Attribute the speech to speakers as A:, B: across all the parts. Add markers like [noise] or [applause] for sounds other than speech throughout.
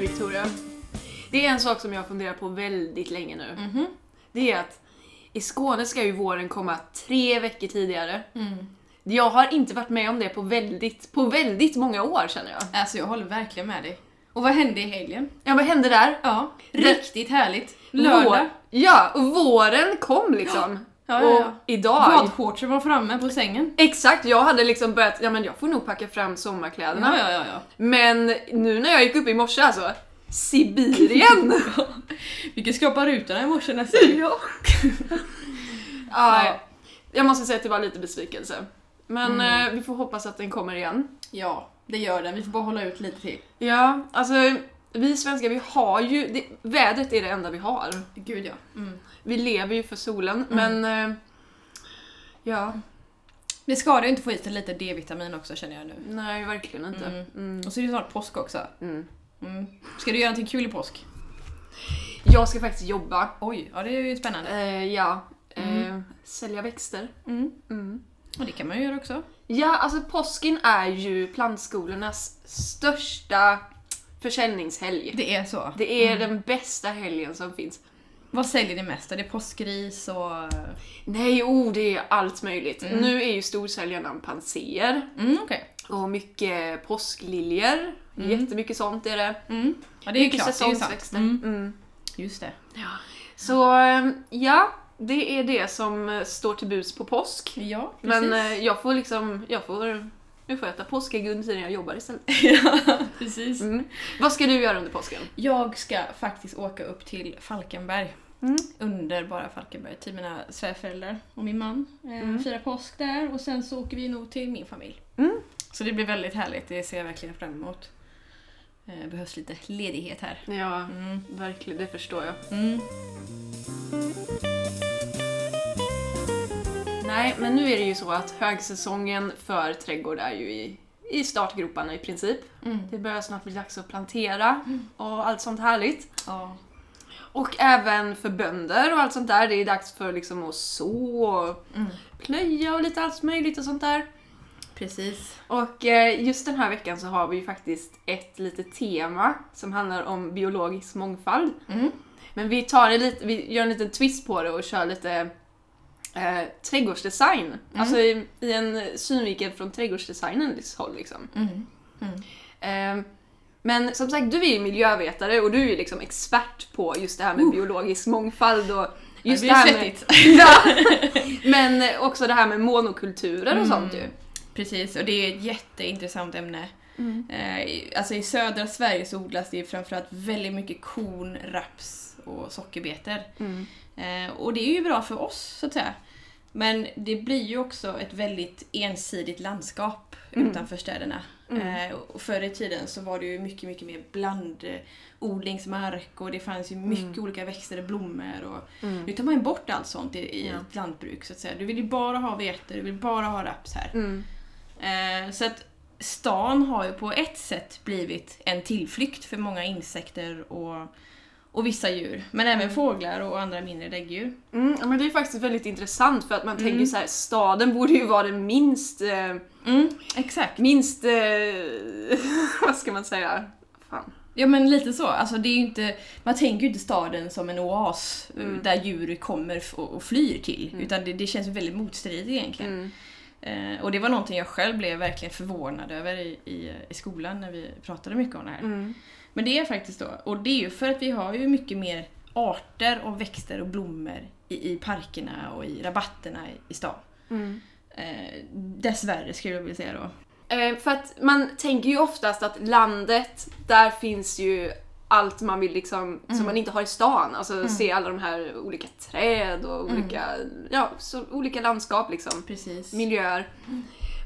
A: historia. Det är en sak som jag funderar på väldigt länge nu.
B: Mhm.
A: Det är att i Skåne ska ju våren komma tre veckor tidigare.
B: Mm.
A: Jag har inte varit med om det på väldigt, på väldigt många år känner jag.
B: Alltså jag håller verkligen med dig. Och vad hände i helgen?
A: Ja, vad hände där?
B: Ja,
A: Det-
B: riktigt härligt. Lördag.
A: Vår, ja, och våren kom liksom.
B: Ja, ja, ja.
A: Och idag.
B: Badshortsen var framme på sängen.
A: Exakt, jag hade liksom börjat, ja men jag får nog packa fram sommarkläderna.
B: Ja, ja, ja, ja.
A: Men nu när jag gick upp i morse alltså,
B: [laughs]
A: Sibirien!
B: Vi kan skrapa rutorna i morse nästa [laughs]
A: ja. ja. Jag måste säga att det var lite besvikelse. Men eh, vi får hoppas att den kommer igen.
B: Ja, det gör den. Vi får bara hålla ut lite till.
A: Ja, alltså vi svenskar vi har ju, det, vädret är det enda vi har.
B: Gud ja. Mm.
A: Vi lever ju för solen men eh, ja,
B: Det skadar ju inte att få i sig lite D-vitamin också känner jag nu.
A: nej verkligen inte.
B: Mm.
A: Mm.
B: Och så är det snart påsk också.
A: Mm.
B: Mm. Ska du göra någonting kul i påsk?
A: Jag ska faktiskt jobba.
B: Oj, ja det är ju spännande.
A: Eh, ja, eh, sälja växter.
B: Mm.
A: Mm.
B: Och det kan man ju göra också.
A: Ja, alltså påsken är ju plantskolornas största försäljningshelg.
B: Det är så.
A: Det är den bästa helgen som finns.
B: Vad säljer ni mest? Är det påskris och...
A: Nej, oh, det är allt möjligt. Nu är ju storsäljarna panser
B: Mm, okej.
A: och mycket påskliljor. Jättemycket sånt är Mm. det.
B: Mm. Ja, det är ju
A: mycket
B: klart. Det är ju sant.
A: säsongsväxter.
B: Mm.
A: Mm.
B: Just det.
A: Så eh, ja, det är det som eh, står till buds på påsk.
B: Ja, precis.
A: Men eh, jag får liksom, jag får, nu får jag äta påskägg under tiden jag jobbar istället.
B: ja,
A: [laughs]
B: precis.
A: Mm. Vad ska du göra under påsken?
B: Jag ska faktiskt åka upp till Falkenberg.
A: Mm.
B: Underbara Falkenberg till mina svärföräldrar och min man. Eh,
A: Mm.
B: Firar påsk där och sen så åker vi nog till min familj.
A: Mm.
B: Så det blir väldigt härligt, det ser jag verkligen fram emot. Eh, behövs lite ledighet här.
A: Ja,
B: Mm.
A: verkligen, det förstår jag.
B: Mm.
A: Nej, men nu är det ju så att högsäsongen för trädgård är ju i, i startgroparna i princip.
B: Mm.
A: Det börjar snart bli dags att plantera och allt sånt härligt.
B: Ja.
A: Och även för bönder och allt sånt där. Det är dags för liksom att så och
B: Mm.
A: plöja och lite allt möjligt och sånt där.
B: Precis.
A: Och eh, just den här veckan så har vi ju faktiskt ett litet tema som handlar om biologisk mångfald.
B: Mm.
A: Men vi, tar det lite, vi gör en liten twist på det och kör lite eh, trädgårdsdesign.
B: Mm.
A: Alltså i, i en synvinkel från trädgårdsdesignens håll. Liksom.
B: Mm.
A: Eh, men som sagt, du är ju miljövetare och du är ju liksom expert på just det här med biologisk mångfald och just
B: det
A: Oh. det här
B: blir
A: med,
B: svettigt.
A: ja, Men också det här med monokulturer och sånt ju.
B: Precis, och det är ett jätteintressant ämne. Eh, i- alltså I södra Sverige så odlas det ju framförallt väldigt mycket korn, raps och sockerbetor.
A: Mm.
B: Eh, och det är ju bra för oss, så att säga. Men det blir ju också ett väldigt ensidigt landskap utanför städerna. Eh, och förr i tiden så var det ju mycket, mycket mer blandodlingsmark och det fanns ju mycket olika växter och blommor. Och
A: Mm.
B: Nu tar man ju bort allt sånt i, i ett lantbruk, så att säga. Du vill ju bara ha vete, du vill bara ha raps här.
A: Mm.
B: Eh, så att stan har ju på ett sätt blivit en tillflykt för många insekter och, och vissa djur. Men även fåglar och andra mindre däggdjur.
A: Mm, ja, men det är faktiskt väldigt intressant för att man tänker så här, staden borde ju vara den minst, eh,
B: Exakt.
A: minst, eh, [laughs] vad ska man säga? Fan.
B: Ja men lite så. Alltså, det är ju inte, man tänker ju inte staden som en oas eh, där djur kommer f- och och flyr till. Utan det, det känns väldigt motstridigt egentligen.
A: Mm.
B: Eh, och det var någonting jag själv blev verkligen förvånad över i, i, i skolan när vi pratade mycket om det här. Men det är faktiskt då, och det är ju för att vi har ju mycket mer arter och växter och blommor i, i parkerna och i rabatterna i, i stan.
A: Mm.
B: Eh, dessvärre skulle jag vilja säga då.
A: Eh, för att man tänker ju oftast att landet, där finns ju allt man vill liksom, som man inte har i stan. Alltså se alla de här olika träd och olika, ja, så, olika landskap liksom.
B: Precis.
A: miljöer.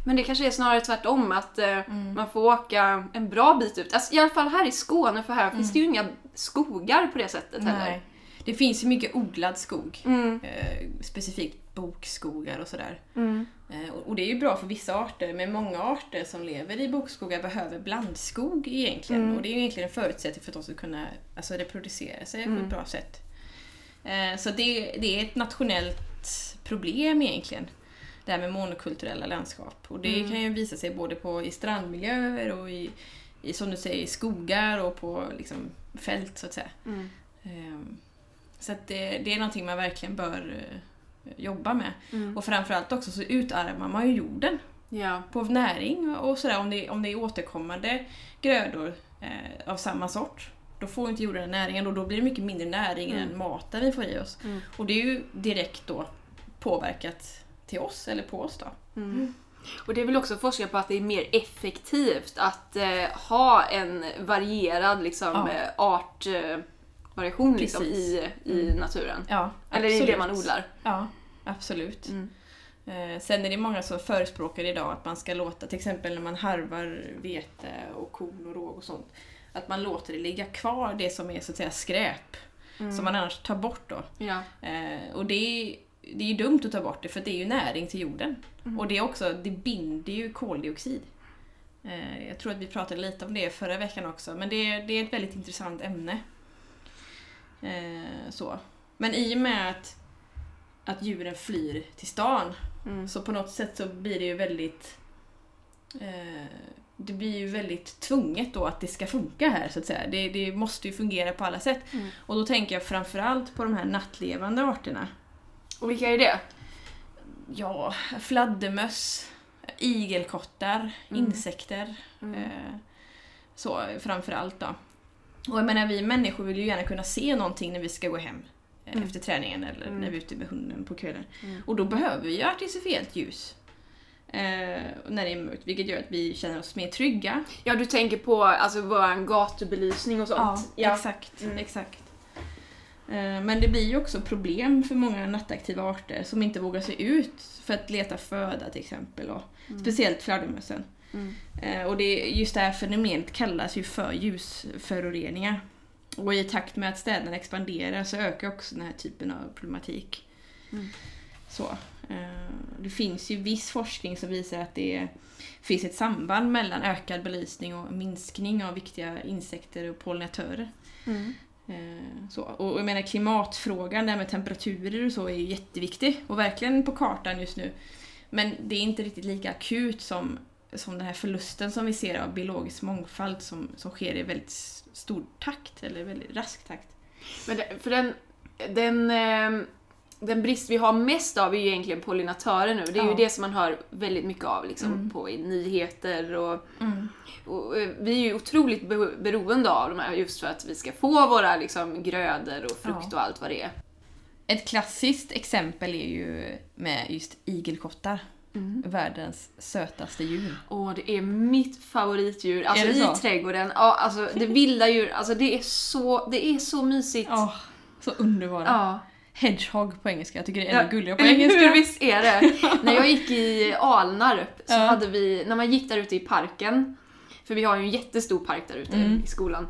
A: Men det kanske är snarare tvärtom, att eh, man får åka en bra bit ut. Alltså, I alla fall här i Skåne, för här finns det ju inga skogar på det sättet heller.
B: Nej. Det finns ju mycket odlad skog.
A: Mm.
B: Eh, specifikt bokskogar och sådär.
A: Mm.
B: Eh, och, och det är ju bra för vissa arter, men många arter som lever i bokskogar behöver blandskog egentligen.
A: Mm.
B: Och det är ju egentligen en förutsättning för att de ska kunna alltså, reproducera sig på
A: Mm.
B: ett bra sätt. Eh, så det, det är ett nationellt problem egentligen. Det här med monokulturella landskap. Och det
A: Mm.
B: kan ju visa sig både på, i strandmiljöer och i, i, som du säger, i skogar och på liksom, fält så att säga.
A: Mm.
B: Ehm, Så att det, det är någonting man verkligen bör eh, jobba med.
A: Mm.
B: Och framförallt också så utarmar man ju jorden
A: Ja.
B: på näring och sådär. Om det, om det är återkommande grödor eh, av samma sort, då får inte jorden den näringen och då blir det mycket mindre näring
A: Mm.
B: än maten vi får i oss.
A: Mm.
B: Och det är ju direkt då påverkat till oss, eller på oss då.
A: Mm. Och det vill också forska på att det är mer effektivt att eh, ha en varierad liksom,
B: Ja.
A: eh, artvariation liksom,
B: Precis.
A: i, i naturen.
B: Ja,
A: Eller i det
B: absolut.
A: man odlar.
B: Ja, absolut.
A: Mm.
B: Eh, Sen är det många som förespråkar idag att man ska låta, till exempel när man harvar vete och korn och råg och sånt, att man låter det ligga kvar, det som är så att säga skräp, som man annars tar bort då.
A: Ja.
B: Eh, Och det är, det är ju dumt att ta bort det för det är ju näring till jorden. Och det, är också, det binder ju koldioxid. Eh, Jag tror att vi pratade lite om det förra veckan också, men det, är- det är ett väldigt intressant ämne. Eh, Så. Men i och med att, att djuren flyr till stan
A: Mm.
B: så på något sätt så blir det ju väldigt eh, det blir ju väldigt tvunget då att det ska funka här så att säga. Det, det måste ju fungera på alla sätt.
A: Mm.
B: Och då tänker jag framförallt på de här nattlevande arterna.
A: Och vilka är det?
B: Ja, fladdermöss, igelkottar,
A: Mm.
B: insekter. Eh, så framförallt då. Och jag menar, vi människor vill ju gärna kunna se någonting när vi ska gå hem eh,
A: Mm.
B: efter träningen eller
A: Mm.
B: när vi är ute med hunden på kvällen.
A: Mm.
B: Och då behöver vi ju artificiellt ljus. Eh, när det är mörkt, vilket gör att vi känner oss mer trygga.
A: Ja, du tänker på alltså, vår gatubelysning och sånt?
B: exakt.
A: Mm.
B: exakt. Eh, Men det blir ju också problem för många nattaktiva arter som inte vågar sig ut för att leta föda till exempel. Och Speciellt fladdermössen.
A: Mm.
B: Eh, Och det, just det här fenomenet kallas ju för ljusföroreningar. Och i takt med att städerna expanderar så ökar också den här typen av problematik.
A: Mm.
B: Så. eh, Det finns ju viss forskning som visar att det finns ett samband mellan ökad belysning och minskning av viktiga insekter och pollinatörer.
A: Mm.
B: Eh, Så. Och jag menar klimatfrågan, det här med temperaturer och så är ju jätteviktig och verkligen på kartan just nu. Men det är inte riktigt lika akut som, som den här förlusten som vi ser av biologisk mångfald som, som sker i väldigt s- stor takt, eller väldigt rask takt.
A: Men det, för den, den, ehm, den brist vi har mest av är ju egentligen pollinatörer nu. Det är ju
B: Ja.
A: det som man hör väldigt mycket av liksom,
B: Mm.
A: på i nyheter och, och eh, vi är ju otroligt beho- beroende av de här just för att vi ska få våra liksom, grödor och frukt
B: Ja.
A: och allt vad det är.
B: Ett klassiskt exempel är ju med just igelkottar.
A: Mm.
B: Världens sötaste djur.
A: Åh, det är mitt favoritdjur. Alltså
B: det
A: i
B: så?
A: trädgården. Ja, alltså det vilda djur. Alltså det är så, det är så mysigt.
B: Ja, så underbara.
A: Ja.
B: Hedgehog på engelska, jag tycker det är ännu gulligare på
A: eller Hur
B: engelska.
A: visst är det? [laughs] när jag gick i Alnarp så
B: Ja.
A: hade vi, när man gick där ute i parken, för vi har ju en jättestor park där ute
B: Mm.
A: i skolan,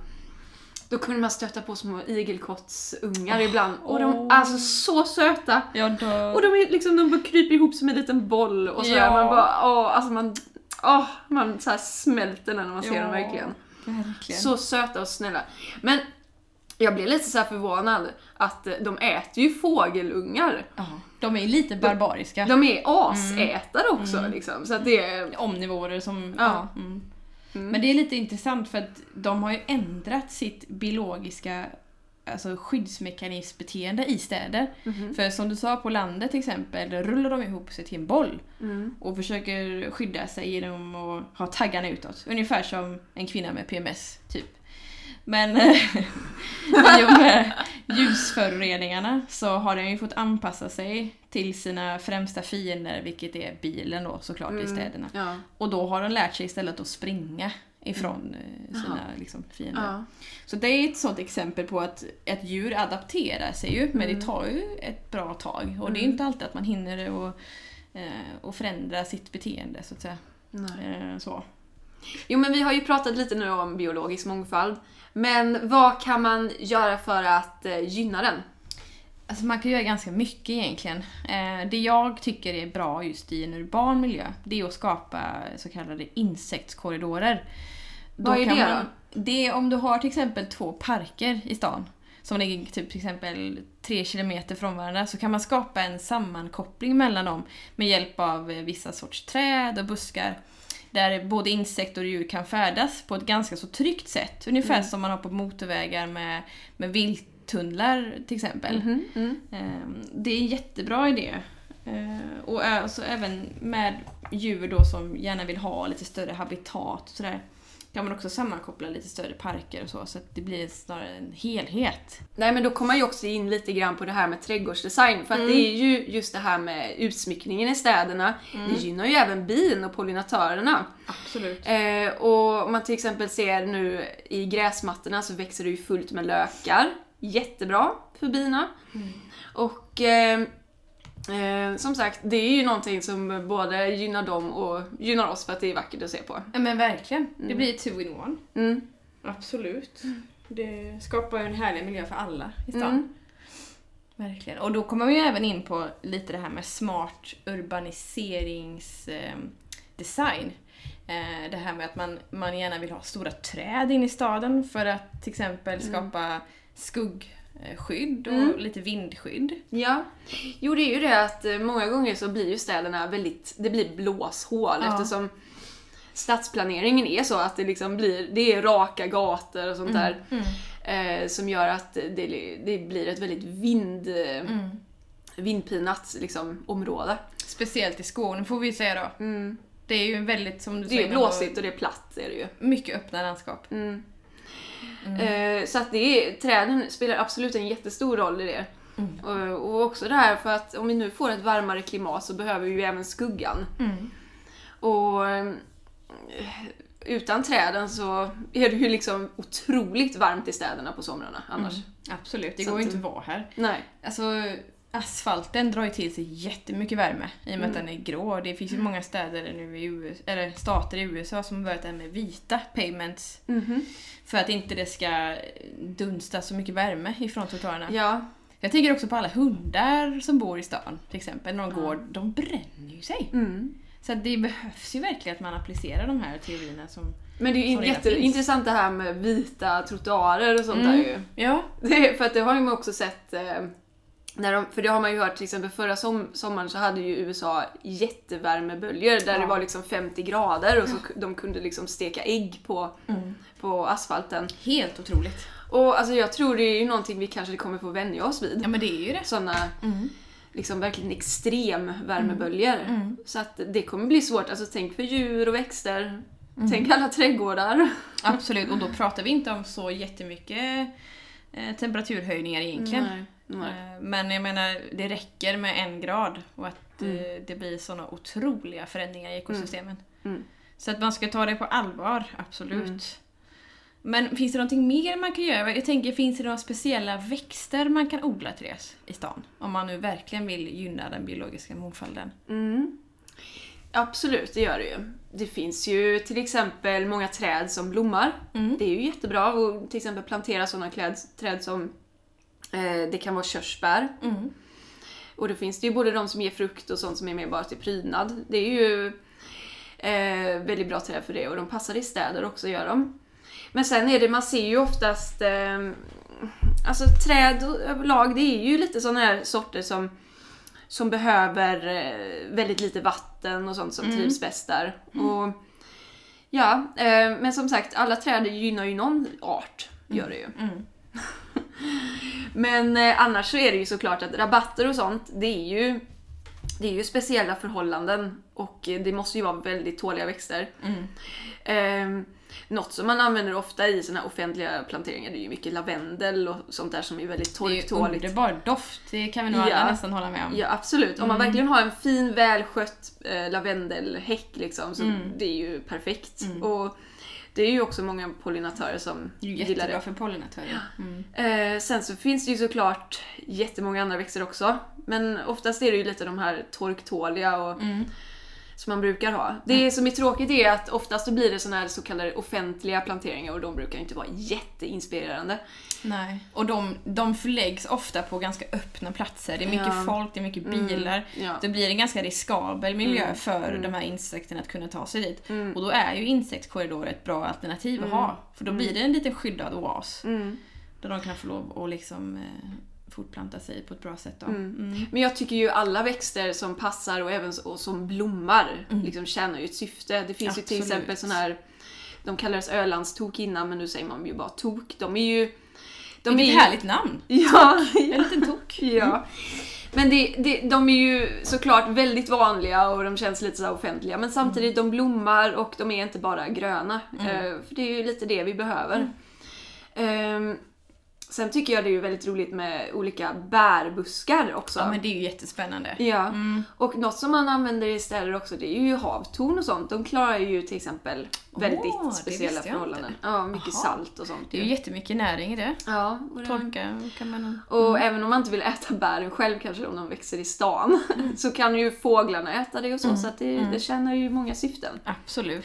A: då kunde man stöta på små igelkottsungar ibland. Och de är
B: åh.
A: alltså så söta!
B: Jag dör.
A: Och de, är liksom, de bara kryper ihop som en liten boll och sådär.
B: Ja.
A: Man bara, åh, alltså man, åh, man så här smälter när man ser
B: Ja,
A: dem verkligen.
B: Verkligen.
A: Så söta och snälla. Men jag blev lite så här förvånad att eh, de äter ju fågelungar.
B: Ja, de är ju lite barbariska.
A: De är asätare också liksom. Så att det är...
B: Omnivåer som...
A: Ja.
B: Ja. Mm. Men det är lite intressant för att de har ju ändrat sitt biologiska alltså skyddsmekanismbeteende i städer.
A: Mhm.
B: För som du sa, på landet till exempel rullar de ihop sig till en boll
A: Mm.
B: och försöker skydda sig genom att ha taggarna utåt. Ungefär som en kvinna med PMS, typ. Men [laughs] i och med ljusföroreningarna så har den ju fått anpassa sig till sina främsta fiender, vilket är bilen då såklart
A: Mm.
B: i städerna.
A: Ja.
B: Och då har de lärt sig istället att springa ifrån eh, sina
A: Jaha.
B: liksom, fiender.
A: Ja.
B: Så det är ett sådant exempel på att ett djur adapterar sig ju, men det tar ju ett bra tag. Och det är ju inte alltid att man hinner och, eh, och förändra sitt beteende så att säga. Eh, Så.
A: Jo men vi har ju pratat lite nu om biologisk mångfald. Men vad kan man göra för att eh, gynna den?
B: Alltså man kan göra ganska mycket egentligen. Eh, Det jag tycker är bra just i en urban miljö, det är att skapa så kallade insektskorridorer.
A: Vad är det
B: det är om du har till exempel två parker i stan som ligger typ till exempel tre kilometer från varandra så kan man skapa en sammankoppling mellan dem med hjälp av eh, vissa sorts träd och buskar. Där både insekter och djur kan färdas på ett ganska så tryggt sätt. Ungefär
A: Mm.
B: som man har på motorvägar med, med vilttunnlar till exempel.
A: Mhm, mm.
B: Ehm, Det är en jättebra idé. Ehm, Och ä- så även med djur då som gärna vill ha lite större habitat och sådär kan man också sammankoppla lite större parker och så, så att det blir snarare en helhet.
A: Nej men då kommer jag ju också in lite grann på det här med trädgårdsdesign för att det är ju just det här med utsmyckningen i städerna. Det gynnar ju även bin och pollinatörerna.
B: Absolut.
A: Eh, och om man till exempel ser nu i gräsmattorna så växer det ju fullt med lökar. Jättebra för bina. Och eh, eh, som sagt, det är ju någonting som både gynnar dem och gynnar oss för att det är vackert att se på.
B: Ja men verkligen. Det blir two in one. Mm.
A: Mm.
B: Absolut. Det skapar ju en härlig miljö för alla i stan.
A: Mm.
B: Verkligen. Och då kommer vi ju även in på lite det här med smart urbaniseringsdesign. Eh, Det här med att man, man gärna vill ha stora träd in i staden för att till exempel skapa skuggskydd och
A: Mm.
B: lite vindskydd.
A: Ja. Jo, det är ju det att eh, många gånger så blir ju städerna väldigt, det blir blåshål
B: Ja.
A: eftersom stadsplaneringen är så att det liksom blir, det är raka gator och sånt där eh, som gör att det, det blir ett väldigt vind, eh,
B: Mm.
A: vindpinat liksom, område. Mm.
B: Speciellt i Skåne får vi säga då. Det är ju en väldigt, som du
A: Det är ju
B: säger,
A: blåsigt och det är platt är det ju.
B: mycket öppna landskap.
A: Mm. Eh, Så att det är, träden spelar absolut en jättestor roll i det.
B: mm.
A: Och- Eh, Och också det här för att om vi nu får ett varmare klimat så behöver vi ju även skuggan.
B: Mm.
A: Och eh, utan träden så är det ju liksom otroligt varmt i städerna på somrarna annars.
B: Mm. Absolut, det
A: Så
B: går ju
A: att-
B: inte att vara här.
A: Nej.
B: Alltså asfalten drar ju till sig jättemycket värme i och med att den är grå. Det finns ju många städer nu i USA, eller stater i USA som har börjat det här med vita pavements för att inte det ska dunsta så mycket värme ifrån trottoarerna.
A: Ja.
B: Jag tänker också på alla hundar som bor i stan till exempel. När de går, de bränner ju sig.
A: Mm.
B: Så att det behövs ju verkligen att man applicerar de här teorierna som...
A: Men det är
B: Som
A: ju
B: redan
A: jätteintressant det här med vita trottoarer och sånt
B: Mm.
A: där ju.
B: Ja.
A: Det, är- för att det har ju man också sett, eh, när de, för det har man ju hört till exempel förra som, sommaren så hade ju USA jättevärmeböljor där
B: Ja.
A: det var liksom 50 grader och så ku- de kunde liksom steka ägg på, på asfalten.
B: Helt otroligt.
A: Och alltså jag tror det är ju någonting vi kanske kommer få vänja oss vid.
B: Ja men det är ju det.
A: Sådana liksom verkligen extrem värmeböljor. Så att det kommer bli svårt, alltså tänk för djur och växter. Tänk alla trädgårdar.
B: Absolut, och då pratar vi inte om så jättemycket eh, temperaturhöjningar egentligen.
A: Nej.
B: Eh, Men jag menar, det räcker med en grad och att eh, det blir såna otroliga förändringar i ekosystemen.
A: Mm.
B: Så att man ska ta det på allvar, absolut. Men finns det någonting mer man kan göra? Jag tänker, finns det några speciella växter man kan odla, Therese, i stan? Om man nu verkligen vill gynna den biologiska mångfalden.
A: Mm. Absolut, det gör det ju. Det finns ju till exempel många träd som blommar.
B: Mm.
A: Det är ju jättebra att till exempel plantera sådana kläd- träd som eh, det kan vara körsbär.
B: Mm.
A: Och då finns det ju både de som ger frukt och sånt som är mer bara till prydnad. Det är ju eh, väldigt bra träd för det och de passar i städer också gör de. Men sen är det, man ser ju oftast eh, Alltså träd och- överlag det är ju lite sådana här sorter som som behöver eh, väldigt lite vatten och sånt som
B: Mm.
A: trivs bäst där. Och, ja, eh, men som sagt alla träd gynnar ju någon art. Gör det ju.
B: Mm.
A: [laughs] Men eh, annars så är det ju såklart att rabatter och sånt, det är ju, det är ju speciella förhållanden och eh, det måste ju vara väldigt tåliga växter.
B: Mm.
A: Eh, något som man använder ofta i såna här offentliga planteringar det är ju mycket lavendel och sånt där som är väldigt
B: Det är ju
A: torktåligt.
B: underbar doft, det kan vi nog alla
A: Ja.
B: nästan hålla med om.
A: Ja absolut, om man
B: Mm.
A: verkligen har en fin välskött eh, lavendelhäck liksom så
B: Mm.
A: det är ju perfekt. Och det är ju också många pollinatörer som
B: Det är ju
A: gillar det.
B: jättebra för pollinatörer. Mm.
A: Eh, sen så finns det ju såklart jättemånga andra växter också. Men oftast är det ju lite de här torktåliga och
B: Mm.
A: som man brukar ha. Det som är tråkigt är att oftast så blir det såna här så kallade offentliga planteringar och de brukar inte vara jätteinspirerande.
B: Nej. Och de, de förläggs ofta på ganska öppna platser. Det är mycket
A: Ja. Mm.
B: folk, det är mycket bilar.
A: ja. Mm.
B: Det blir en ganska riskabel miljö för de här insekterna att kunna ta sig dit. Och då är ju insektskorridorer ett bra alternativ
A: Mm.
B: att ha. För då blir det en liten skyddad oas. Där de kan få lov att liksom eh, fortplanta sig på ett bra sätt. Då.
A: Mm.
B: Mm.
A: Men jag tycker ju alla växter som passar och även s- och som blommar
B: Mm.
A: liksom tjänar ju ett syfte. Det finns ju till
B: Absolut.
A: exempel sån här, de kallades ölandstok innan men nu säger man ju bara tok. De är ju... De
B: Vilket
A: är ju,
B: härligt namn!
A: [laughs] Ja,
B: En Mm.
A: [laughs]
B: liten tok.
A: ja. Men det, det, de är ju såklart väldigt vanliga och de känns lite så här offentliga men samtidigt de
B: Mm.
A: blommar och de är inte bara gröna. Eh, För det är ju lite det vi behöver.
B: Mm.
A: Ehm, sen tycker jag det är ju väldigt roligt med olika bärbuskar också.
B: Ja men det är ju jättespännande.
A: Ja,
B: Mm.
A: och något som man använder i städer också det är ju havtorn och sånt. De klarar ju till exempel väldigt
B: Åh, det
A: speciella
B: visste jag
A: förhållanden. Ja, mycket
B: Aha.
A: salt och sånt.
B: Det är ju jättemycket näring i det.
A: Ja, och, det,
B: Torka kan man...
A: och även
B: Mm.
A: om man inte vill äta bären själv kanske om de växer i stan
B: Mm.
A: så kan ju fåglarna äta det och så så att det, det tjänar ju många syften.
B: Absolut.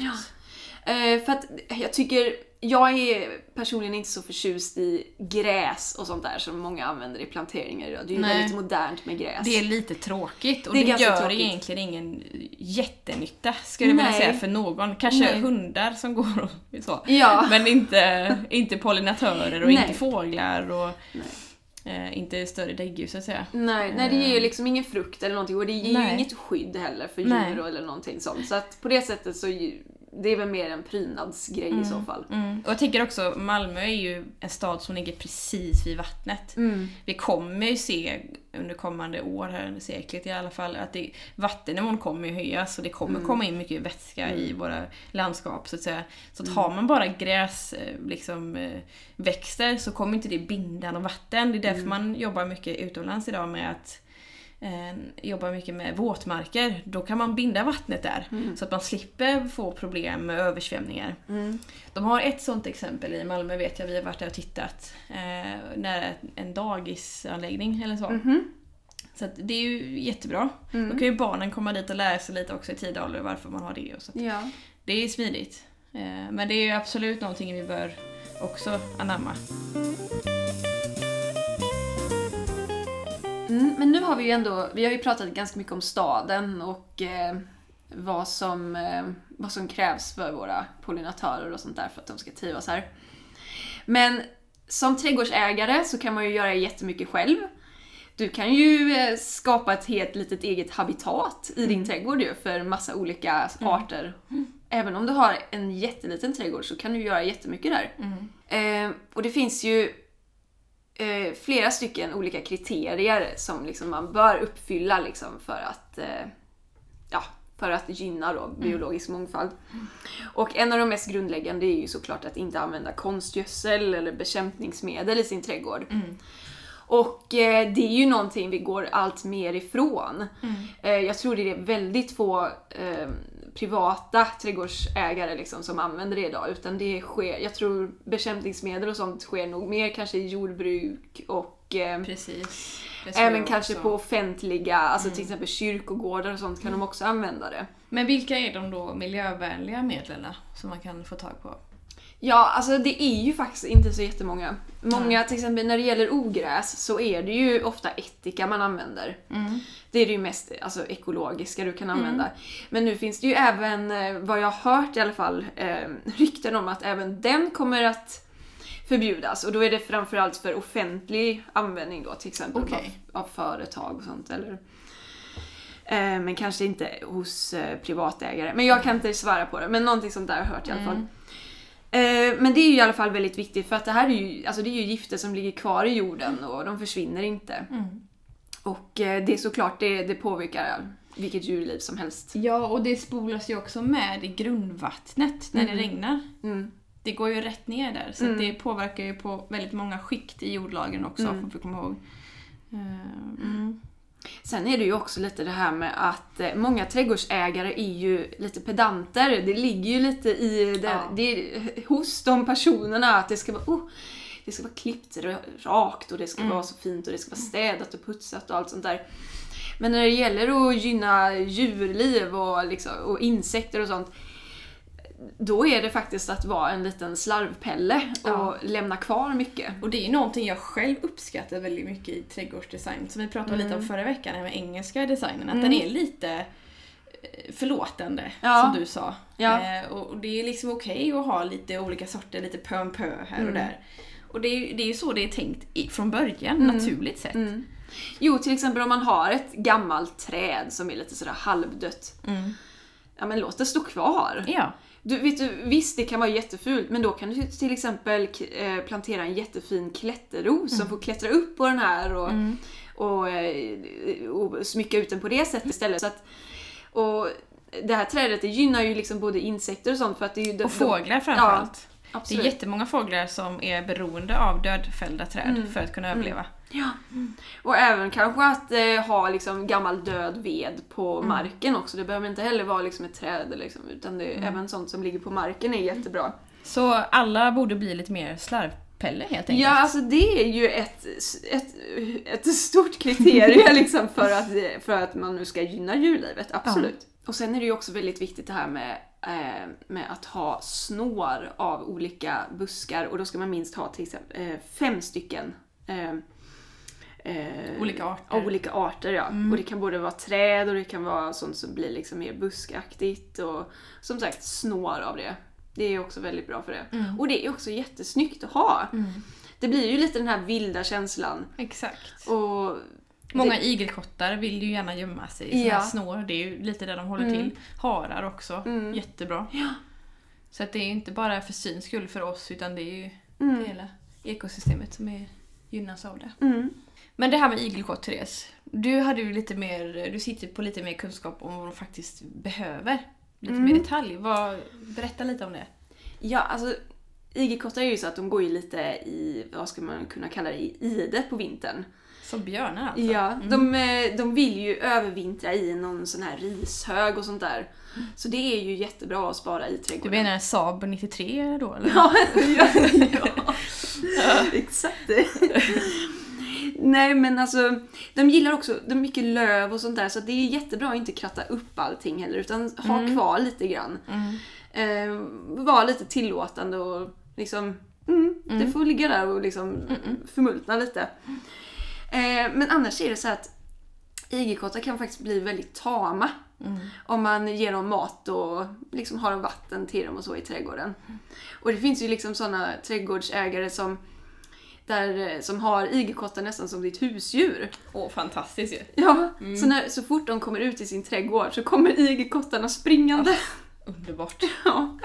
A: Eh, för att jag tycker, jag är personligen inte så förtjust i gräs och sånt där som många använder i planteringar idag. Det är ju
B: Nej.
A: väldigt modernt med gräs.
B: Det är lite tråkigt och
A: Alltså, Det
B: det,
A: är ganska
B: gör
A: tråkigt.
B: egentligen ingen jättenytta skulle jag vilja
A: Nej.
B: säga för någon. Kanske
A: Nej.
B: hundar som går och så.
A: Ja.
B: Men inte, inte pollinatörer och
A: Nej.
B: inte fåglar och eh, inte större däggdjur så att säga.
A: Nej, nej, det ger ju liksom ingen frukt eller någonting och det ger ju
B: Eh. Nej.
A: inget skydd heller för
B: Nej.
A: djur eller någonting sånt. Så att på det sättet så ju- det är väl mer en prydnadsgrej i så fall.
B: Mm. Och jag tänker också Malmö är ju en stad som ligger precis vid vattnet. Vi kommer ju se under kommande år, här under seklet i alla fall, att det, vattennivån kommer ju höjas och det kommer komma in mycket vätska i våra landskap så att säga. Så att har man bara gräs, eh, liksom, eh, växter så kommer inte det binda något vatten. Det är därför man jobbar mycket utomlands idag med att eh, jobbar mycket med våtmarker, då kan man binda vattnet där. Så att man slipper få problem med översvämningar.
A: Mm.
B: De har ett sånt exempel i Malmö vet jag, vi har varit där och tittat. Eh, nära en dagisanläggning eller
A: Mm.
B: så.
A: Mhm.
B: Så att det är ju jättebra. Då kan ju barnen komma dit och lära sig lite också i tidig ålder varför man har det. Och så.
A: Ja.
B: Det är smidigt. Eh, men det är ju absolut någonting vi bör också anamma.
A: Mm, men nu har vi ju ändå, vi har ju pratat ganska mycket om staden och eh, vad, som, eh, vad som krävs för våra pollinatörer och sånt där för att de ska trivas här. Men som trädgårdsägare så kan man ju göra jättemycket själv. Du kan ju eh, skapa ett helt litet eget habitat i din trädgård ju för massa olika arter. Även om du har en jätteliten trädgård så kan du göra jättemycket där. Eh, och det finns ju eh, flera stycken olika kriterier som liksom man bör uppfylla liksom för att eh, ja, för att gynna då biologisk mångfald. Och en av de mest grundläggande är ju såklart att inte använda konstgödsel eller bekämpningsmedel i sin trädgård. Och eh, det är ju någonting vi går allt mer ifrån. Eh, jag tror det är väldigt få eh, privata trädgårdsägare liksom som använder det idag. Utan det sker, jag tror bekämpningsmedel och sånt sker nog mer kanske i jordbruk och eh,
B: Precis.
A: även kanske på offentliga, alltså till exempel kyrkogårdar och sånt kan de också använda det.
B: Men vilka är de då miljövänliga medlen som man kan få tag på?
A: Ja, alltså det är ju faktiskt inte så jättemånga. Många, till exempel när det gäller ogräs, så är det ju ofta ättika man använder. Det är det ju mest alltså, ekologiska du kan använda. Men nu finns det ju även, eh, vad jag har hört i alla fall, eh, rykten om att även den kommer att förbjudas. Och då är det framförallt för offentlig användning då, till exempel
B: Okej.
A: av, av företag och sånt. Eller, Eh, Men kanske inte hos eh, privatägare. Men jag kan inte svära på det. Men någonting sånt där har jag hört i alla fall. Eh, Men det är ju i alla fall väldigt viktigt för att det här är ju, alltså det är ju gifter som ligger kvar i jorden och de försvinner inte. Och eh, det är såklart, det, det påverkar vilket djurliv som helst.
B: Ja, och det spolas ju också med i grundvattnet när det regnar.
A: Mm.
B: Det går ju rätt ner där, så att det påverkar ju på väldigt många skikt i jordlagren också,
A: Mm.
B: får vi komma ihåg. Eh, Mm.
A: Sen är det ju också lite det här med att eh, många trädgårdsägare är ju lite pedanter. Det ligger ju lite i det,
B: Ja.
A: det är hos de personerna att det ska vara oh, det ska vara klippt ra- rakt och det ska
B: Mm.
A: vara så fint och det ska vara städat och putsat och allt sånt där. Men när det gäller att gynna djurliv och, liksom, och insekter och sånt då är det faktiskt att vara en liten slarvpelle och
B: Ja.
A: lämna kvar mycket.
B: Och det är ju någonting jag själv uppskattar väldigt mycket i trädgårdsdesign, som vi pratade lite om
A: Mm.
B: förra veckan, det här med engelska designen, att den är lite eh, förlåtande,
A: Ja.
B: som du sa.
A: Ja. Mm.
B: Eh, och och det är liksom okej att ha lite olika sorter, lite pö om pö här och där. Och det är, ju, det är ju så det är tänkt i, från början, naturligt sett.
A: Mm. Jo, till exempel om man har ett gammalt träd som är lite sådär halvdött.
B: Mm.
A: Ja men låt det stå kvar.
B: Ja.
A: Du, vet du, visst, det kan vara jättefult, men då kan du till exempel k- eh, plantera en jättefin klätterros
B: Mm.
A: som får klättra upp på den här och, och, eh, och smycka ut den på det sättet istället. Så att, och det här trädet det gynnar ju liksom både insekter och sånt för att det är ju...
B: Och fåglar framförallt.
A: Ja,
B: det är
A: absolut.
B: jättemånga fåglar som är beroende av dödfällda träd
A: Mm.
B: för att kunna överleva.
A: ja. Mm. Och även kanske att eh, ha liksom gammal död ved på marken också. Det behöver inte heller vara liksom ett träd liksom, utan det, även sånt som ligger på marken är jättebra.
B: Så alla borde bli lite mer slarvpelle helt enkelt.
A: Ja, alltså det är ju ett, ett, ett stort kriterie [laughs] liksom för, att, för att man nu ska gynna djurlivet, absolut. Och sen är det ju också väldigt viktigt det här med, eh, med att ha snår av olika buskar och då ska man minst ha till exempel eh, fem stycken eh, eh,
B: Olika arter.
A: av olika arter. Ja.
B: Mm.
A: Och det kan både vara träd och det kan vara sånt som blir liksom mer buskaktigt och som sagt snår av det. Det är också väldigt bra för det.
B: Mm.
A: Och det är också jättesnyggt att ha. Det blir ju lite den här vilda känslan.
B: Exakt.
A: Och
B: Många igelkottar vill ju gärna gömma sig i
A: Ja. Mm.
B: ja. snår, det är ju lite där de håller till. Harar också, jättebra.
A: Ja.
B: Så att det är inte bara för syns skull för oss utan det är ju
A: Mm.
B: hela ekosystemet som är, gynnas av det.
A: Mm.
B: Men det här med igelkott Therese, du, hade ju lite mer, du sitter på lite mer kunskap om vad de faktiskt behöver. Lite mer detalj. Vad, berätta lite om det.
A: Ja, alltså igelkottar är ju så att de går ju lite i, vad ska man kunna kalla det, i ide på vintern.
B: Som björnar alltså?
A: Ja, de, eh, de vill ju övervintra i någon sån här rishög och sånt där. Så det är ju jättebra att spara i
B: Mm. Du
A: trädgården.
B: menar Saab 93 då eller? [laughs]
A: Ja, ja, ja. exakt. Nej men alltså, de gillar också de mycket löv och sånt där så det är jättebra att inte kratta upp allting heller utan ha kvar lite grann.
B: Mm.
A: Eh, vara lite tillåtande och liksom, mm, det får ligga där och liksom förmultna lite. Eh, men annars är det så att igelkottar kan faktiskt bli väldigt tama. Om man ger dem mat och liksom har dem vatten till dem och så i trädgården. Och det finns ju liksom sådana trädgårdsägare som, där, eh, som har igelkottar nästan som ditt husdjur.
B: Åh, fantastiskt ju.
A: Ja, så, när, så fort de kommer ut i sin trädgård så kommer igelkottarna springande.
B: Underbart.
A: Ja.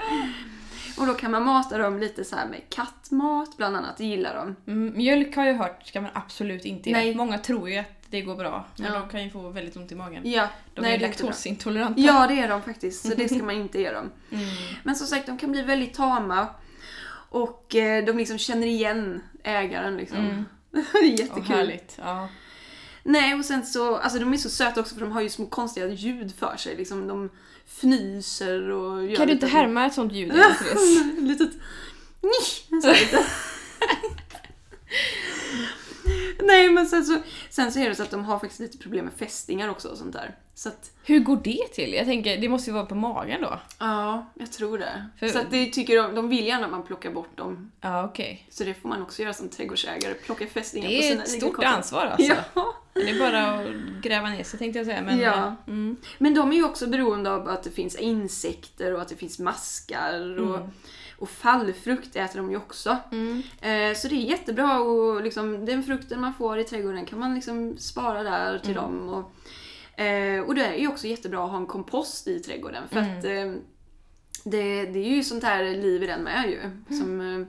A: Och då kan man mata dem lite så här med kattmat bland annat, det gillar de.
B: Mm, Mjölk har jag hört ska man absolut inte äta.
A: Nej.
B: Många tror ju att det går bra, men
A: Ja.
B: de kan ju få väldigt ont i magen.
A: Ja,
B: De
A: nej,
B: är ju
A: det inte bra.
B: laktosintoleranta.
A: Ja, det är de faktiskt, så det ska man inte ge dem.
B: Mm.
A: Men som sagt, de kan bli väldigt tama. Och eh, de liksom känner igen ägaren liksom. det är
B: Mm. Åh,
A: [laughs] jättekul.
B: härligt. Ja.
A: Nej, och sen så, alltså de är så söta också för de har ju små konstiga ljud för sig. Liksom, de fnyser och gör
B: Kan du inte
A: lite-
B: härma ett sånt [laughs] ljud? Therese?
A: litet... Ni! Så lite. Nej men sen så, sen så är det så att de har faktiskt lite problem med fästingar också och sånt där. Så att,
B: Hur går det till? Jag tänker, det måste ju vara på magen då?
A: ja, jag tror det.
B: För-
A: Så att det tycker de, de vill gärna att man plockar bort dem.
B: Ja, okej.
A: Så det får man också göra som trädgårdsägare, plocka fästingar på
B: Det är
A: sina
B: ett stort
A: igelkottar.
B: ansvar alltså.
A: [laughs] Ja.
B: Det är bara att gräva ner sig tänkte jag säga. Men,
A: Ja.
B: mm.
A: Men de är ju också beroende av att det finns insekter och att det finns maskar och,
B: Mm.
A: och fallfrukt äter de ju också. Eh, så det är jättebra och liksom, den frukten man får i trädgården kan man liksom spara där till
B: Mm.
A: dem. Och, eh, och det är ju också jättebra att ha en kompost i trädgården för att
B: Mm.
A: eh, det, det är ju sånt här liv i den med
B: Mm.
A: ju. Som, eh,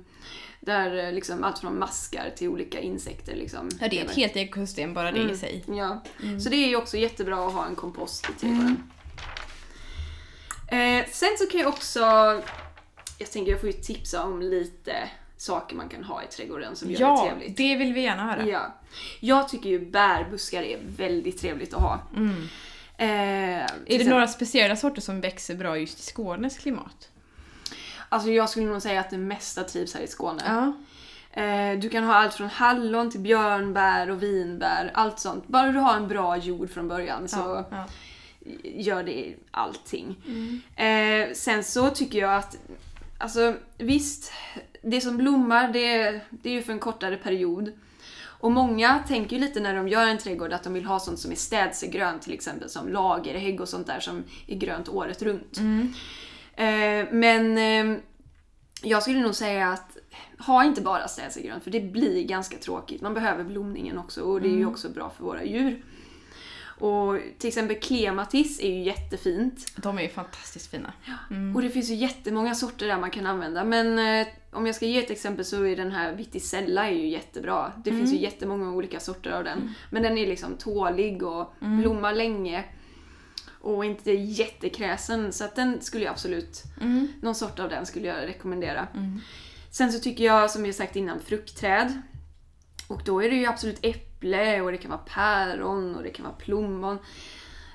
A: där eh, liksom allt från maskar till olika insekter liksom.
B: ja, det är
A: lever.
B: ett helt ekosystem bara det
A: Mm.
B: i Mm. sig.
A: Ja, så det är ju också jättebra att ha en kompost i trädgården.
B: Mm.
A: Eh, sen så kan jag också, jag tänker jag får ju tipsa om lite saker man kan ha i trädgården som gör det
B: Ja,
A: trevligt.
B: det vill vi gärna höra.
A: Ja. Jag tycker ju bärbuskar är väldigt trevligt att ha. Eh, till
B: Är Mm. det
A: exempel-
B: några speciella sorter som växer bra just i Skånes klimat?
A: Alltså jag skulle nog säga att det mesta trivs här i Skåne.
B: Ja.
A: Eh, du kan ha allt från hallon till björnbär och vinbär, allt sånt. Bara du har en bra jord från början så
B: ja.
A: gör det i allting. Eh, sen så tycker jag att, alltså visst, det som blommar det, det är ju för en kortare period. Och många tänker ju lite när de gör en trädgård att de vill ha sånt som är städsegrönt till exempel, som lagerhägg och sånt där som är grönt året runt. Eh, men eh, jag skulle nog säga att ha inte bara städsel grönt för det blir ganska tråkigt. Man behöver blomningen också och det är ju också bra för våra djur. Och till exempel klematis är ju jättefint.
B: De är ju fantastiskt fina. Mm.
A: Och det finns ju jättemånga sorter där man kan använda. Men eh, om jag ska ge ett exempel så är den här viticella är ju jättebra. Det finns ju jättemånga olika sorter av den. Men den är liksom tålig och blommar länge. Och inte jättekräsen. Så att den skulle jag absolut,
B: Mm.
A: någon sort av den skulle jag rekommendera. Sen så tycker jag, som jag sagt innan, fruktträd. Och då är det ju absolut äpple och det kan vara päron och det kan vara plommon.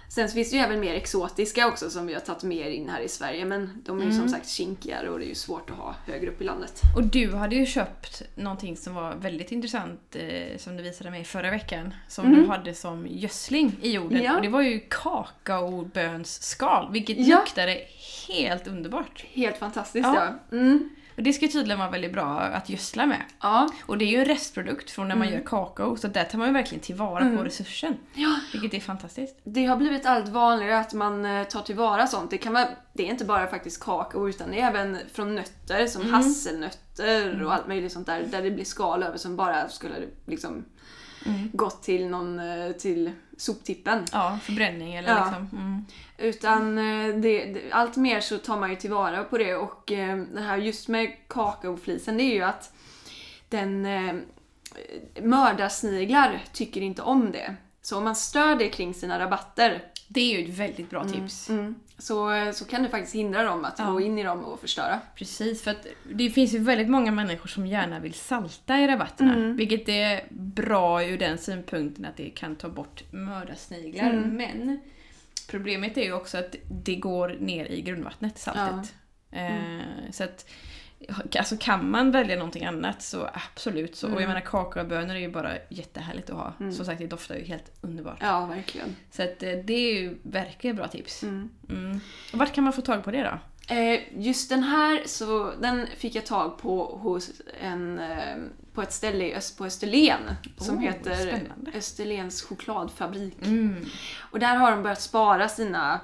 A: Sen så finns det ju även mer exotiska också som vi har tagit mer in här i Sverige men de är ju som sagt kinkigare och det är ju svårt att ha högre upp i landet.
B: Och du hade ju köpt någonting som var väldigt intressant eh, som du visade mig förra veckan. Som du hade som gödsling i jorden.
A: Mhm. Ja.
B: Och det var ju kakaobönsskal vilket
A: Ja.
B: luktade helt underbart.
A: Helt fantastiskt ja.
B: Ja.
A: Ja. Mm.
B: Och det ska tydligen vara väldigt bra att gödsla med.
A: ja.
B: Och det är ju en restprodukt från när man
A: Mm.
B: gör kakao så där tar man ju verkligen tillvara på resursen.
A: Ja,
B: Vilket är fantastiskt.
A: det har blivit allt vanligare att man eh, tar tillvara sånt. Det, kan vara, det är inte bara faktiskt kakao utan det är även från nötter som hasselnötter och allt möjligt sånt där. Där det blir skal över som bara skulle liksom gått till någon, eh, till soptippen.
B: Ja, förbränning eller
A: Ja.
B: liksom. Mm.
A: Utan eh, det, det, allt mer så tar man ju tillvara på det och eh, det här just med kakaoflisen det är ju att den eh, mördarsniglar tycker inte om det. Så om man stör det kring sina rabatter
B: Det är ju ett väldigt
A: Mm.
B: bra tips.
A: så, eh, så kan det faktiskt hindra dem att gå in i dem och förstöra.
B: Precis, för att det finns ju väldigt många människor som gärna vill salta i rabatterna.
A: Mm.
B: Vilket är bra ur den synpunkten att det kan ta bort mördarsniglar.
A: Mm.
B: Men problemet är ju också att det går ner i grundvattnet, saltet.
A: Mm.
B: Eh, så att Alltså kan man välja någonting annat så absolut. Så.
A: Mm.
B: Och jag menar kakaobönor är ju bara jättehärligt att ha. Som sagt, det doftar ju helt underbart.
A: Ja, verkligen.
B: Så att, eh, det är ju verkligen bra tips. Mm. Och vart kan man få tag på det då?
A: Eh, just den här så den fick jag tag på hos en, eh, på ett ställe i Öst, på Österlen som
B: Oh,
A: heter
B: spännande.
A: Österlens chokladfabrik.
B: Mm.
A: Och där har de börjat spara sina...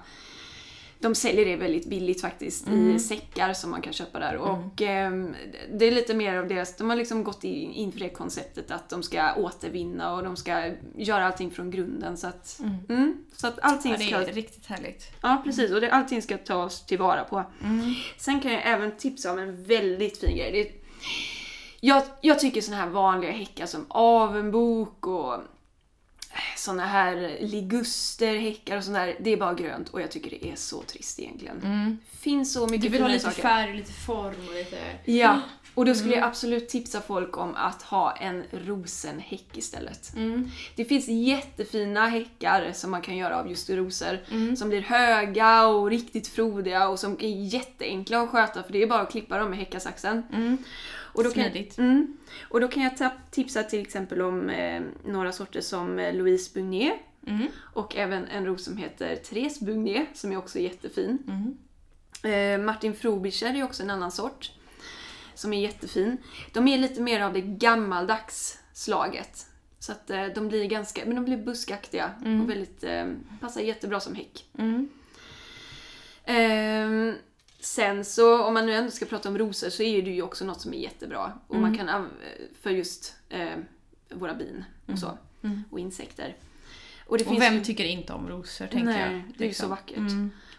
A: De säljer det väldigt billigt faktiskt
B: Mm.
A: i säckar som man kan köpa där. Och ehm, det är lite mer av deras... De har liksom gått in, in för det konceptet att de ska återvinna och de ska göra allting från grunden. Så att, mm. så att allting
B: Ja,
A: ska...
B: det är riktigt härligt.
A: Ja, precis. Och det, allting ska tas tillvara på. Sen kan jag även tipsa om en väldigt fin grej. Det, jag, jag tycker såna här vanliga häckar som avenbok och eh, såna här liguster, häckar och sånt där. Det är bara grönt och jag tycker det är så trist egentligen. Finns så mycket
C: Mm. Du vill ha
A: finare
C: lite
A: saker.
C: färg och lite form och lite...
A: Ja, och då skulle jag absolut tipsa folk om att ha en rosenhäck istället. Det finns jättefina häckar som man kan göra av just rosor. Som blir höga och riktigt frodiga och som är jätteenkla att sköta för det är bara att klippa dem med häckasaxen. Och då kan,
B: Smidigt.
A: mm, och då kan jag ta, tipsa till exempel om eh, några sorter som eh, Louise Bugnier och även en ros som heter Therese Bugnier som är också jättefin. Eh, Martin Frobischer är också en annan sort. Som är jättefin. De är lite mer av det gammaldags slaget. Så att eh, de blir ganska, men de blir buskaktiga
B: Mm.
A: och väldigt, eh, passar jättebra som häck. Ehm, sen så, om man nu ändå ska prata om rosor så är det ju också något som är jättebra. Och
B: Mm.
A: man kan anv- för just eh, våra bin och så. Och insekter. det
B: Mm. Och vem tycker inte om rosor tänker
A: Nej,
B: jag.
A: det är ju
B: liksom.
A: så vackert.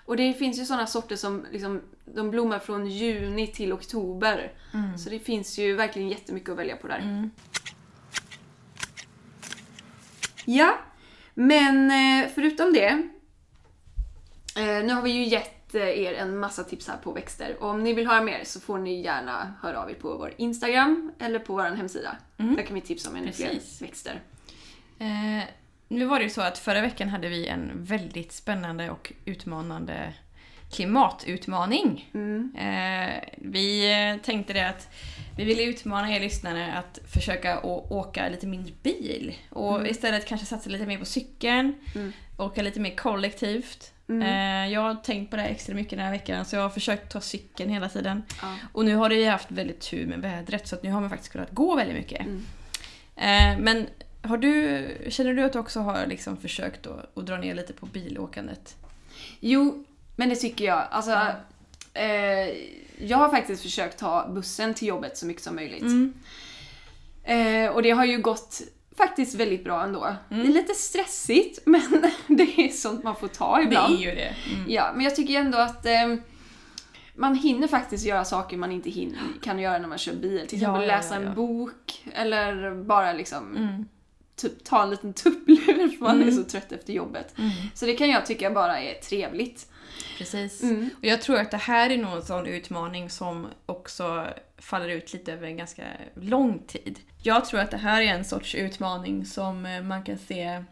A: Och det finns ju sådana sorter som liksom, de blommar från juni till oktober. Så det finns ju verkligen jättemycket att välja på där. Ja, men eh, förutom det. eh, Nu har vi ju gett eh, er en massa tips här på växter. Och om ni vill höra mer så får ni gärna höra av er på vår Instagram eller på vår hemsida. Där kan vi tipsa om ännu
B: Precis.
A: fler växter.
B: Eh, nu var det ju så att förra veckan hade vi en väldigt spännande och utmanande klimatutmaning.
A: Mm,
B: Eh, vi eh, tänkte det att vi ville utmana er lyssnare att försöka å- åka lite mindre bil och istället kanske satsa lite mer på cykeln,
A: mm.
B: åka lite mer kollektivt. Eh, jag har tänkt på det här extra mycket den här veckan så jag har försökt ta cykeln hela tiden.
A: Ja.
B: Och nu har det ju haft väldigt tur med vädret så att nu har man faktiskt kunnat gå väldigt mycket.
A: Mm.
B: Eh, men har du, känner du att du också har liksom försökt då, att dra ner lite på bilåkandet?
A: Jo, men det tycker jag. Alltså, Eh, jag har faktiskt försökt ta bussen till jobbet så mycket som möjligt.
B: Mm.
A: Eh, och det har ju gått faktiskt väldigt bra ändå.
B: Mm.
A: Det är lite stressigt [laughs] men det är sånt man får ta
B: Det
A: ibland.
B: är ju det. Mm.
A: Ja, men jag tycker ändå att eh, man hinner faktiskt göra saker man inte hinner, kan göra när man kör bil. Till
B: Ja,
A: exempel
B: ja,
A: läsa
B: ja, ja.
A: en bok eller bara liksom
B: Mm.
A: typ, ta en liten tupplur för man
B: Mm.
A: är så trött efter jobbet.
B: Mm.
A: Så det kan jag tycka bara är trevligt.
B: Precis.
A: Mm.
B: Och jag tror att det här är nog en sån utmaning som också faller ut lite över en ganska lång tid. Jag tror att det här är en sorts utmaning som eh, man kan se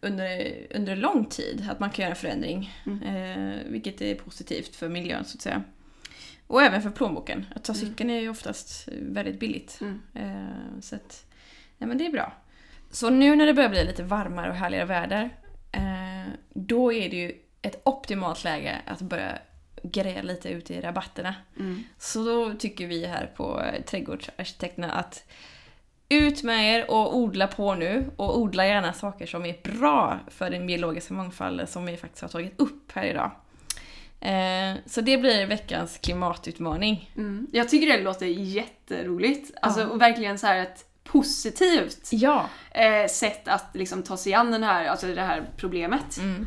B: under, under lång tid, att man kan göra en förändring. Eh, vilket är positivt för miljön så att säga. Och även för plånboken. Att ta cykeln är ju oftast väldigt billigt.
A: Mm.
B: Eh, så att, nej men det är bra. Så nu när det börjar bli lite varmare och härligare väder, eh, då är det ju ett optimalt läge att börja greja lite ute i rabatterna.
A: Mm.
B: Så då tycker vi här på eh, Trädgårdsarkitekterna att ut med er och odla på nu och odla gärna saker som är bra för den biologiska mångfalden som vi faktiskt har tagit upp här idag. Eh, Så det blir veckans klimatutmaning.
A: Mm. Jag tycker det låter jätteroligt. Alltså, och verkligen så här ett positivt
B: Ja!
A: eh, sätt att liksom ta sig an den här, alltså det här problemet.
B: Mm.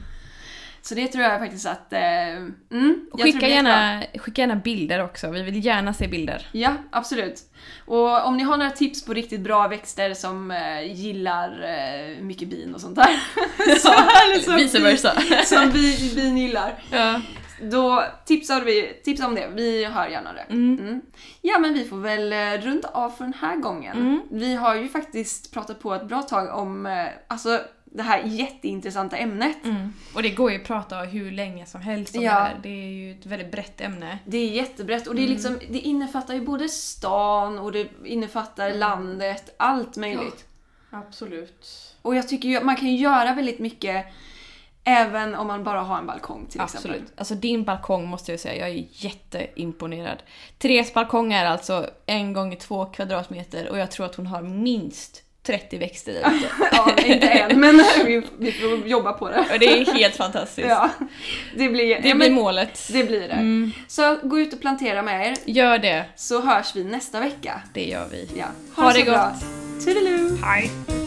A: Så det tror jag faktiskt att... Eh, mm,
B: Och
A: jag tror det
B: Skicka
A: blir jättebra.
B: gärna, skicka gärna bilder också, vi vill gärna
A: [laughs]
B: se bilder.
A: Ja, absolut. Och om ni har några tips på riktigt bra växter som eh, gillar eh, mycket bin och sånt
B: [laughs]
A: där. eller som
B: Vice versa.
A: bin- [laughs] Som bin, bin gillar.
B: Ja.
A: Då tipsar vi, tipsa om det, vi hör gärna det.
B: Mm.
A: Mm. Ja men vi får väl eh, runda av för den här gången.
B: Mm.
A: Vi har ju faktiskt pratat på ett bra tag om eh, alltså, det här jätteintressanta ämnet.
B: Mm. Och det går ju att prata hur länge som helst om
A: Ja.
B: det här. Det är ju ett väldigt brett ämne.
A: Det är jättebrett och
B: Mm.
A: det, är liksom, det innefattar ju både stan och det innefattar
B: Mm.
A: landet, allt möjligt.
C: Absolut.
A: Och jag tycker ju, man kan ju göra väldigt mycket även om man bara har en balkong till exempel.
B: Absolut. Alltså din balkong måste jag säga, jag är jätteimponerad. Therese balkong är alltså en gånger två kvadratmeter och jag tror att hon har minst 30 växter i. den.
A: [laughs] Ja, inte än,
B: [laughs]
A: men vi, vi får jobba på det.
B: Och det är
A: [laughs]
B: helt fantastiskt.
A: Ja, det blir
B: Det
A: ja,
B: blir
A: men,
B: målet.
A: det. Blir det.
B: Mm.
A: Så gå ut och plantera med er
B: Gör det,
A: så hörs vi nästa vecka.
B: det gör vi.
A: Ja.
B: Ha det
A: så bra.
B: gott.
A: Toodaloo!
B: Hej!